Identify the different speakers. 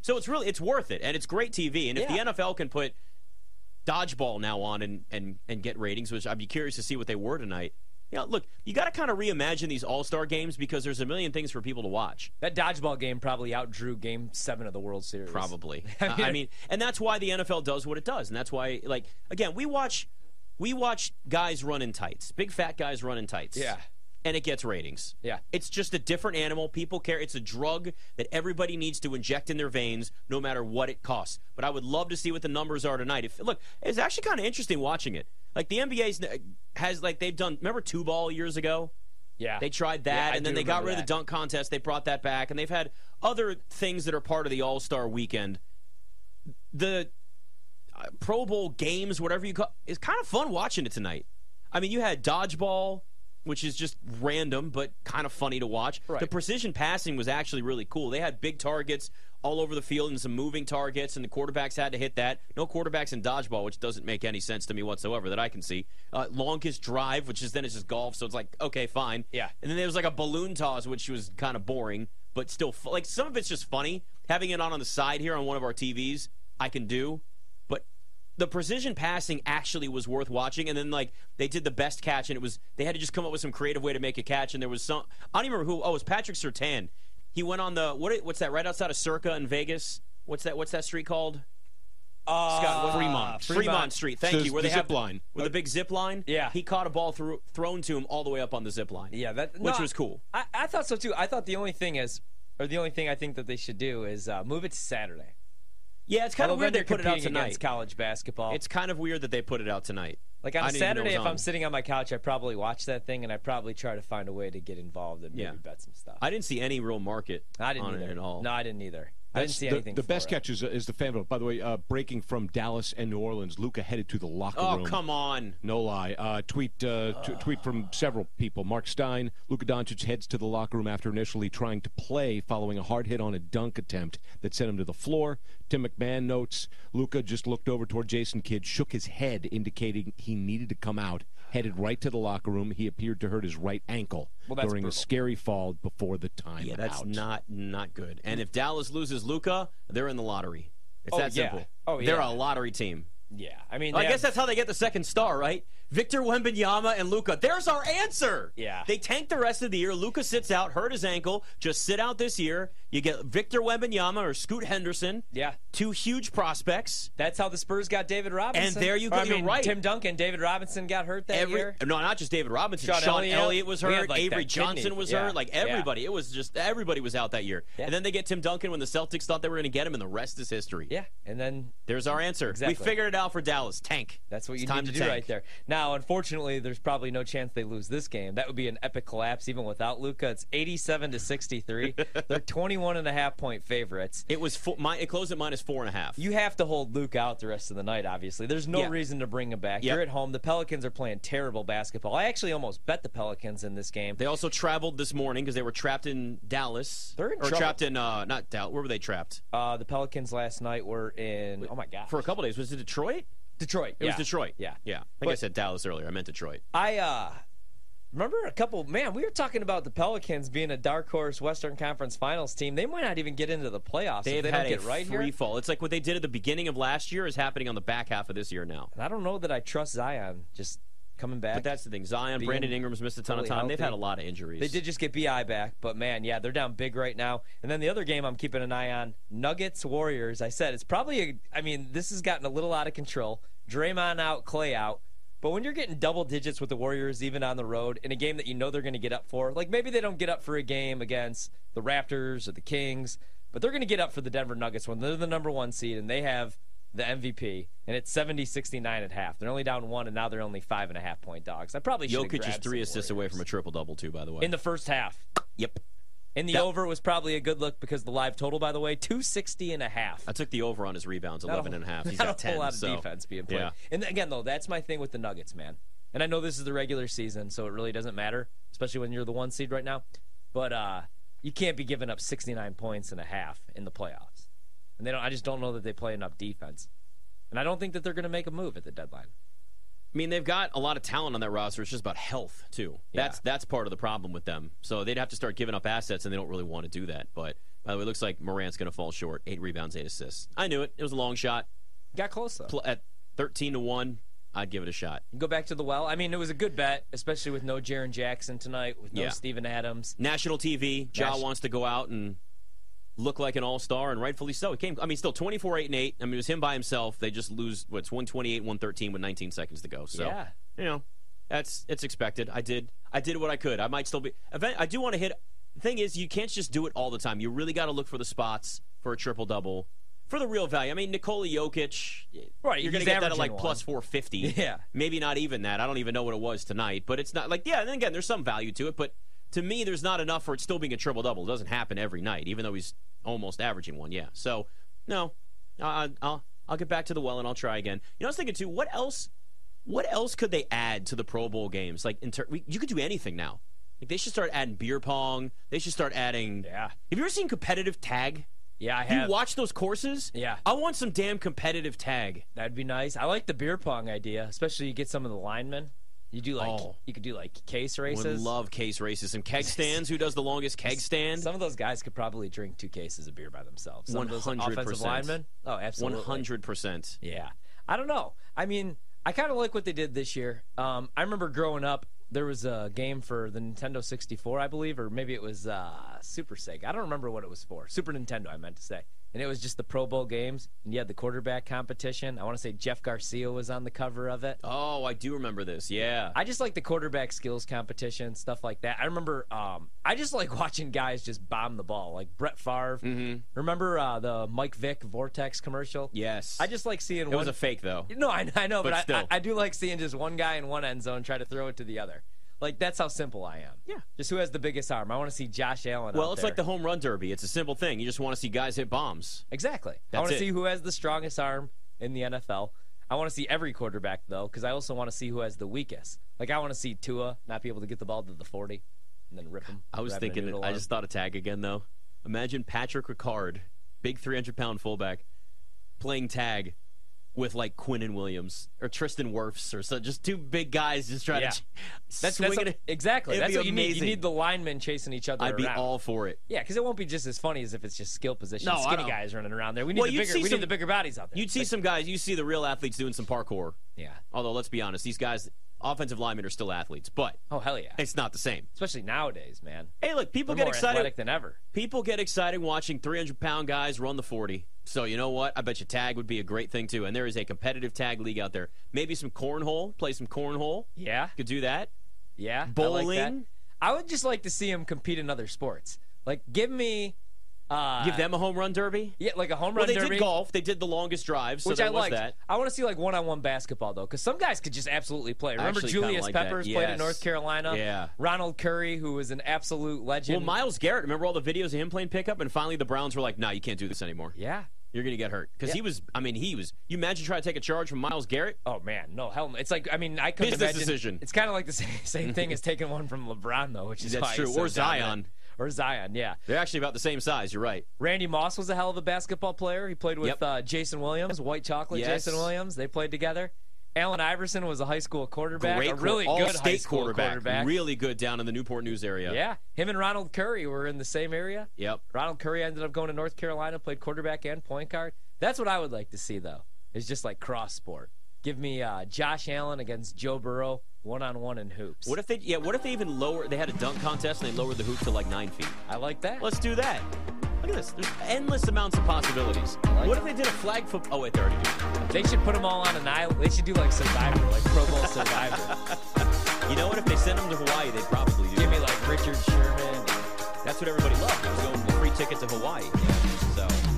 Speaker 1: So it's really it's worth it, and it's great TV. And if
Speaker 2: Yeah.
Speaker 1: the NFL can put dodgeball now on and and and get ratings, which I'd be curious to see what they were tonight. You know, look, you got to kind of reimagine these All Star games because there's a million things for people to watch.
Speaker 2: That dodgeball game probably outdrew Game Seven of the World Series.
Speaker 1: Probably. I mean, I mean, and that's why the NFL does what it does, and that's why, like, again, we watch, we watch guys run in tights, big fat guys run in tights.
Speaker 2: Yeah.
Speaker 1: And it gets ratings.
Speaker 2: Yeah.
Speaker 1: It's just a different animal. People care. It's a drug that everybody needs to inject in their veins, no matter what it costs. But I would love to see what the numbers are tonight. If look, it's actually kind of interesting watching it. Like the NBA's n- has like they've done. Remember two ball years ago?
Speaker 2: Yeah.
Speaker 1: They tried
Speaker 2: Yeah,
Speaker 1: that,
Speaker 2: I
Speaker 1: and then
Speaker 2: do
Speaker 1: they got
Speaker 2: remember
Speaker 1: rid of
Speaker 2: that.
Speaker 1: the dunk contest. They brought that back, and they've had other things that are part of the All Star weekend. The uh, Pro Bowl games, whatever you call, it's kind of fun watching it tonight. I mean, you had dodgeball, which is just random but kind of funny to watch.
Speaker 2: Right.
Speaker 1: The precision passing was actually really cool. They had big targets all over the field and some moving targets, and the quarterbacks had to hit that. No quarterbacks in dodgeball, which doesn't make any sense to me whatsoever that I can see. Uh, longest drive, which is then it's just golf, so it's like okay, fine.
Speaker 2: Yeah.
Speaker 1: And then there was like a balloon toss, which was kind of boring, but still fu- like some of it's just funny. Having it on on the side here on one of our TVs, I can do. But the precision passing actually was worth watching. And then like they did the best catch, and it was they had to just come up with some creative way to make a catch. And there was some I don't even remember who. Oh, it was Patrick Sertan. He went on the what? What's that? Right outside of Circa in Vegas. What's that? What's that street called?
Speaker 2: Uh,
Speaker 1: Scott, what-
Speaker 3: Fremont.
Speaker 1: Fremont. Street. Thank
Speaker 3: So
Speaker 1: you. Where
Speaker 3: the
Speaker 1: they have
Speaker 3: zip line.
Speaker 1: with the big zip line.
Speaker 2: Yeah.
Speaker 1: he caught a ball through, thrown to him all the way up on the zip line.
Speaker 2: Yeah, that
Speaker 1: which
Speaker 2: no,
Speaker 1: was cool.
Speaker 2: I, I thought so too. I thought the only thing is, or the only thing I think that they should do is uh, move it to Saturday.
Speaker 1: Yeah, it's kind of
Speaker 2: Although then
Speaker 1: weird they
Speaker 2: they're
Speaker 1: put it out
Speaker 2: competing
Speaker 1: tonight.
Speaker 2: against college basketball.
Speaker 1: It's kind of weird that they put it out tonight.
Speaker 2: like on
Speaker 1: I
Speaker 2: a
Speaker 1: didn't even know it
Speaker 2: Saturday,
Speaker 1: was
Speaker 2: if
Speaker 1: on.
Speaker 2: I'm sitting on my couch, I probably watch that thing and I probably try to find a way to get involved and maybe
Speaker 1: Yeah.
Speaker 2: bet some stuff.
Speaker 1: I didn't see any real market
Speaker 2: I didn't
Speaker 1: on
Speaker 2: either.
Speaker 1: it at all.
Speaker 2: No, I didn't either. I didn't
Speaker 3: That's
Speaker 2: see
Speaker 3: the,
Speaker 2: anything.
Speaker 3: The
Speaker 2: for
Speaker 3: best
Speaker 2: it.
Speaker 3: catch is, is the fan vote. By the way, uh, breaking from Dallas and New Orleans, Luca headed to the locker
Speaker 1: oh,
Speaker 3: room.
Speaker 1: come on.
Speaker 3: No lie. Uh, tweet uh, t- tweet from several people. Mark Stein, Luka Doncic heads to the locker room after initially trying to play following a hard hit on a dunk attempt that sent him to the floor. Tim McMahon notes Luka just looked over toward Jason Kidd, shook his head, indicating he needed to come out. Headed right to the locker room. He appeared to hurt his right ankle
Speaker 2: Well, that's
Speaker 3: during a
Speaker 2: brutal.
Speaker 3: scary fall before the time
Speaker 1: Yeah, that's
Speaker 3: out.
Speaker 1: not not good. And if Dallas loses Luca, they're in the lottery. It's
Speaker 2: Oh,
Speaker 1: that
Speaker 2: yeah.
Speaker 1: simple.
Speaker 2: Oh, yeah.
Speaker 1: They're a lottery team.
Speaker 2: Yeah, I mean,
Speaker 1: I
Speaker 2: they
Speaker 1: guess
Speaker 2: have-
Speaker 1: that's how they get the second star, right? Victor Wembanyama and Luca. There's our answer.
Speaker 2: Yeah.
Speaker 1: They tank the rest of the year. Luca sits out, hurt his ankle. Just sit out this year. You get Victor Wembanyama or Scoot Henderson.
Speaker 2: yeah.
Speaker 1: Two huge prospects.
Speaker 2: That's how the Spurs got David Robinson.
Speaker 1: there you go.
Speaker 2: Or, I
Speaker 1: You're
Speaker 2: mean,
Speaker 1: right.
Speaker 2: Tim Duncan, David Robinson got hurt that
Speaker 1: Every,
Speaker 2: year.
Speaker 1: no, not just David Robinson. Sean,
Speaker 2: Sean
Speaker 1: Elliott.
Speaker 2: Elliott.
Speaker 1: was
Speaker 2: We had,
Speaker 1: hurt.
Speaker 2: like,
Speaker 1: Avery
Speaker 2: that
Speaker 1: Johnson
Speaker 2: kidney.
Speaker 1: was
Speaker 2: Yeah.
Speaker 1: hurt. Like
Speaker 2: Yeah.
Speaker 1: everybody, it was just everybody was out that year.
Speaker 2: Yeah.
Speaker 1: And then they get Tim Duncan when the Celtics thought they were going to get him, and the rest is history.
Speaker 2: Yeah, and then
Speaker 1: There's our answer.
Speaker 2: Exactly.
Speaker 1: We figured it out for Dallas. Tank.
Speaker 2: That's what you
Speaker 1: It's time
Speaker 2: need
Speaker 1: to
Speaker 2: to, do
Speaker 1: tank.
Speaker 2: right there. Now, unfortunately, there's probably no chance they lose this game. That would be an epic collapse even without Luca. It's 87 to 63. They're 21 and a half point favorites.
Speaker 1: It was fo- my, it closed at minus four and a half.
Speaker 2: You have to hold Luke out the rest of the night, obviously. There's no
Speaker 1: Yeah.
Speaker 2: reason to bring him back.
Speaker 1: Yep.
Speaker 2: You're at home. The Pelicans are playing terrible basketball. I actually almost bet the Pelicans in this game.
Speaker 1: They also traveled this morning because they were trapped in Dallas.
Speaker 2: They're in
Speaker 1: or
Speaker 2: trouble.
Speaker 1: trapped in uh, not Dallas. Where were they trapped?
Speaker 2: Uh, the Pelicans last night were in, oh my God,
Speaker 1: For a couple days. Was it Detroit?
Speaker 2: Detroit.
Speaker 1: It was Detroit.
Speaker 2: Yeah.
Speaker 1: yeah. I think I
Speaker 2: But-
Speaker 1: said Dallas earlier. I meant Detroit.
Speaker 2: I uh remember a couple man, we were talking about the Pelicans being a dark horse Western Conference Finals team. They might not even get into the playoffs
Speaker 1: They've
Speaker 2: if they
Speaker 1: had
Speaker 2: don't get
Speaker 1: a
Speaker 2: right
Speaker 1: free
Speaker 2: here.
Speaker 1: fall. It's like what they did at the beginning of last year is happening on the back half of this year now.
Speaker 2: And I don't know that I trust Zion just coming back.
Speaker 1: But that's the thing. Zion,
Speaker 2: Being
Speaker 1: Brandon Ingram's missed a ton of
Speaker 2: fully
Speaker 1: time. They've
Speaker 2: healthy.
Speaker 1: had a lot of injuries.
Speaker 2: they did just get BI back, but man, yeah, they're down big right now. And then the other game I'm keeping an eye on, Nuggets Warriors. I said it's probably a I mean, this has gotten a little out of control. Draymond out, Clay out. But when you're getting double digits with the Warriors even on the road in a game that you know they're going to get up for, like maybe they don't get up for a game against the Raptors or the Kings, but they're going to get up for the Denver Nuggets when they're the number 1 seed and they have the MVP, and it's 70-69 at half. They're only down one, and now they're only five and a half point dogs. I probably should
Speaker 1: Jokic is three assists away from a triple double too. By the way.
Speaker 2: in the first half.
Speaker 1: yep.
Speaker 2: And the
Speaker 1: That-
Speaker 2: over was probably a good look because the live total, by the way, 260 and a half.
Speaker 1: I took the over on his rebounds,
Speaker 2: Not a
Speaker 1: 11 and a half. He's
Speaker 2: not
Speaker 1: got 10.
Speaker 2: a whole lot of
Speaker 1: so-
Speaker 2: defense being played.
Speaker 1: Yeah.
Speaker 2: And again, though, that's my thing with the Nuggets, man. And I know this is the regular season, so it really doesn't matter, especially when you're the one seed right now. But uh, you can't be giving up 69 points and a half in the playoffs. And they don't. I just don't know that they play enough defense. And I don't think that they're going to make a move at the deadline.
Speaker 1: I mean, they've got a lot of talent on that roster. It's just about health too. That's that's part of the problem with them. So they'd have to start giving up assets, and they don't really want to do that. But By the way, it looks like Morant's going to fall short. Eight rebounds, eight assists. I knew it. It was a long shot.
Speaker 2: Got close though.
Speaker 1: Pl- At 13 to 1, I'd give it a shot.
Speaker 2: Go back to the well. I mean, it was a good bet, especially with no Jaron Jackson tonight, with no
Speaker 1: Yeah.
Speaker 2: Steven Adams.
Speaker 1: National TV. Ja
Speaker 2: Nas-
Speaker 1: wants to go out and look like an all star, and rightfully so. He came, I mean, still 24 8 and 8. I mean, it was him by himself. They just lose, what's 128 113 with 19 seconds to go. So,
Speaker 2: Yeah.
Speaker 1: you know, that's it's expected. I did I did what I could. I might still be. Event, I do want to hit. The thing is, you can't just do it all the time. You really got to look for the spots for a triple double. For the real value, I mean, Nikola Jokic,
Speaker 2: Right,
Speaker 1: You're going to get
Speaker 2: he's
Speaker 1: that at
Speaker 2: averaging
Speaker 1: like
Speaker 2: one.
Speaker 1: plus 450.
Speaker 2: Yeah.
Speaker 1: maybe not even that. I don't even know what it was tonight, but it's not like yeah. And then again, there's some value to it, but to me, there's not enough for it still being a triple double. It doesn't happen every night, even though he's almost averaging one. Yeah, so no, I, I'll I'll get back to the well and I'll try again. You know, I was thinking too, what else? What else could they add to the Pro Bowl games? Like, in ter- we, you could do anything now. Like, they should start adding beer pong. They should start adding.
Speaker 2: Yeah.
Speaker 1: Have you ever seen competitive tag?
Speaker 2: Yeah, I
Speaker 1: You
Speaker 2: have.
Speaker 1: watch those courses?
Speaker 2: Yeah.
Speaker 1: I want some damn competitive tag.
Speaker 2: That'd be nice. I like the beer pong idea, especially you get some of the linemen. You do like
Speaker 1: Oh.
Speaker 2: you could do like case
Speaker 1: I Would
Speaker 2: races.
Speaker 1: love case races. Some keg stands. Who does the longest keg stand?
Speaker 2: Some of those guys could probably drink two cases of beer by themselves. Some of those
Speaker 1: 100%.
Speaker 2: offensive linemen. Oh,
Speaker 1: One
Speaker 2: absolutely.
Speaker 1: hundred percent.
Speaker 2: Yeah. I don't know. I mean, I kind of like what they did this year. Um, I remember growing up, there was a game for the Nintendo 64, I believe, or maybe it was uh, Super Sega. I don't remember what it was for. Super Nintendo, I meant to say. And it was just the Pro Bowl games, and you had the quarterback competition. I want to say Jeff Garcia was on the cover of it.
Speaker 1: Oh, I do remember this. Yeah.
Speaker 2: I just like the quarterback skills competition, stuff like that. I remember, um, I just like watching guys just bomb the ball, like Brett Favre. Remember uh, the Mike Vick Vortex commercial?
Speaker 1: Mm-hmm. yes.
Speaker 2: I just like seeing
Speaker 1: It
Speaker 2: one
Speaker 1: was a fake though.
Speaker 2: no, I, I know,
Speaker 1: But
Speaker 2: but, I-
Speaker 1: still.
Speaker 2: I, I do like seeing just one guy in one end zone try to throw it to the other. Like that's how simple I am.
Speaker 1: Yeah.
Speaker 2: Just who has the biggest arm? I want to see Josh Allen.
Speaker 1: Well,
Speaker 2: out
Speaker 1: it's
Speaker 2: there.
Speaker 1: like the home run derby. It's a simple thing. You just want to see guys hit bombs.
Speaker 2: exactly. I
Speaker 1: That's
Speaker 2: want
Speaker 1: it.
Speaker 2: to see who has the strongest arm in the NFL. I want to see every quarterback though, because I also want to see who has the weakest. Like I want to see Tua not be able to get the ball to the forty, and then rip him.
Speaker 1: I was
Speaker 2: for having a
Speaker 1: thinking. That,
Speaker 2: noodle
Speaker 1: I
Speaker 2: arm.
Speaker 1: just thought of tag again though. Imagine Patrick Ricard, big three hundred pound fullback, playing tag with like Quinn and Williams or Tristan Wirfs or so. Just two big guys just trying
Speaker 2: Yeah.
Speaker 1: to
Speaker 2: that's,
Speaker 1: swing
Speaker 2: that's
Speaker 1: it.
Speaker 2: what- exactly.
Speaker 1: It'd
Speaker 2: that's
Speaker 1: be
Speaker 2: what you need. You
Speaker 1: amazing.
Speaker 2: need the linemen chasing each other
Speaker 1: I'd be
Speaker 2: around.
Speaker 1: all for it.
Speaker 2: yeah, because it won't be just as funny as if it's just skill position.
Speaker 1: No, I
Speaker 2: skinny
Speaker 1: don't-
Speaker 2: guys running around there. We need
Speaker 1: Well,
Speaker 2: the
Speaker 1: you'd
Speaker 2: bigger.
Speaker 1: see
Speaker 2: We
Speaker 1: some-
Speaker 2: need the bigger bodies out there.
Speaker 1: You'd see some guys. You see the real athletes doing some parkour.
Speaker 2: yeah.
Speaker 1: Although let's be honest, these guys, offensive linemen, are still athletes, but
Speaker 2: Oh hell yeah.
Speaker 1: it's not the same.
Speaker 2: especially nowadays, man.
Speaker 1: Hey, look, people
Speaker 2: They're
Speaker 1: get
Speaker 2: more
Speaker 1: excited.
Speaker 2: athletic than ever.
Speaker 1: People get excited watching 300 pound guys run the 40. So, you know what? I bet you tag would be a great thing, too. And there is a competitive tag league out there. Maybe some cornhole, play some cornhole.
Speaker 2: Yeah,
Speaker 1: Could do that.
Speaker 2: yeah. I, like that.
Speaker 1: Bowling.
Speaker 2: I would just like to see him compete in other sports. Like, give me, uh,
Speaker 1: Give them a home run derby.
Speaker 2: yeah, like a home
Speaker 1: Well,
Speaker 2: run
Speaker 1: they
Speaker 2: derby,
Speaker 1: did golf. They did the longest drive, so
Speaker 2: which
Speaker 1: there
Speaker 2: I
Speaker 1: was
Speaker 2: like.
Speaker 1: that.
Speaker 2: I want to see like one-on-one basketball though, because some guys could just absolutely play. Remember
Speaker 1: actually kinda
Speaker 2: Julius
Speaker 1: like that.
Speaker 2: Peppers played
Speaker 1: Yes.
Speaker 2: at North Carolina.
Speaker 1: Yeah.
Speaker 2: Ronald Curry, who was an absolute legend.
Speaker 1: Well, Miles Garrett, remember all the videos of him playing pickup? And finally, the Browns were like, nah, you can't do this anymore.
Speaker 2: yeah.
Speaker 1: You're going to get hurt. Because he was, I mean, he was. You imagine trying to take a charge from Miles Garrett?
Speaker 2: Oh man, no hell. no. It's like I mean I couldn't
Speaker 1: Business
Speaker 2: imagine.
Speaker 1: decision.
Speaker 2: It's kind of like the same, same thing as taking one from LeBron though, which is
Speaker 1: That's
Speaker 2: why he's
Speaker 1: true.
Speaker 2: so
Speaker 1: Or
Speaker 2: dominant.
Speaker 1: Zion.
Speaker 2: Or Zion, yeah.
Speaker 1: They're actually about the same size. You're right.
Speaker 2: Randy Moss was a hell of a basketball player. He played with
Speaker 1: Yep.
Speaker 2: uh, Jason Williams, White Chocolate
Speaker 1: Yes.
Speaker 2: Jason Williams. They played together. Allen Iverson was a high school quarterback,
Speaker 1: Great,
Speaker 2: a really
Speaker 1: all
Speaker 2: good
Speaker 1: state
Speaker 2: high school quarterback.
Speaker 1: Really good down in the Newport News area.
Speaker 2: yeah, him and Ronald Curry were in the same area.
Speaker 1: Yep.
Speaker 2: Ronald Curry ended up going to North Carolina, played quarterback and point guard. That's what I would like to see though. Is just like cross sport. Give me uh, Josh Allen against Joe Burrow, one on one in hoops.
Speaker 1: What if they? Yeah. What if they even lower? They had a dunk contest and they lowered the hoop to like nine feet.
Speaker 2: I like that.
Speaker 1: Let's do that. Look at this. There's endless amounts of possibilities.
Speaker 2: like
Speaker 1: what
Speaker 2: it.
Speaker 1: if they did a flag football? Oh wait, they already do.
Speaker 2: They should put them all on an island. They should do like Survivor, like Pro Bowl Survivor.
Speaker 1: You know what? If they send them to Hawaii, they'd probably do. that.
Speaker 2: Give me like Richard Sherman.
Speaker 1: That's what everybody loved. It was going for free ticket to Hawaii. So.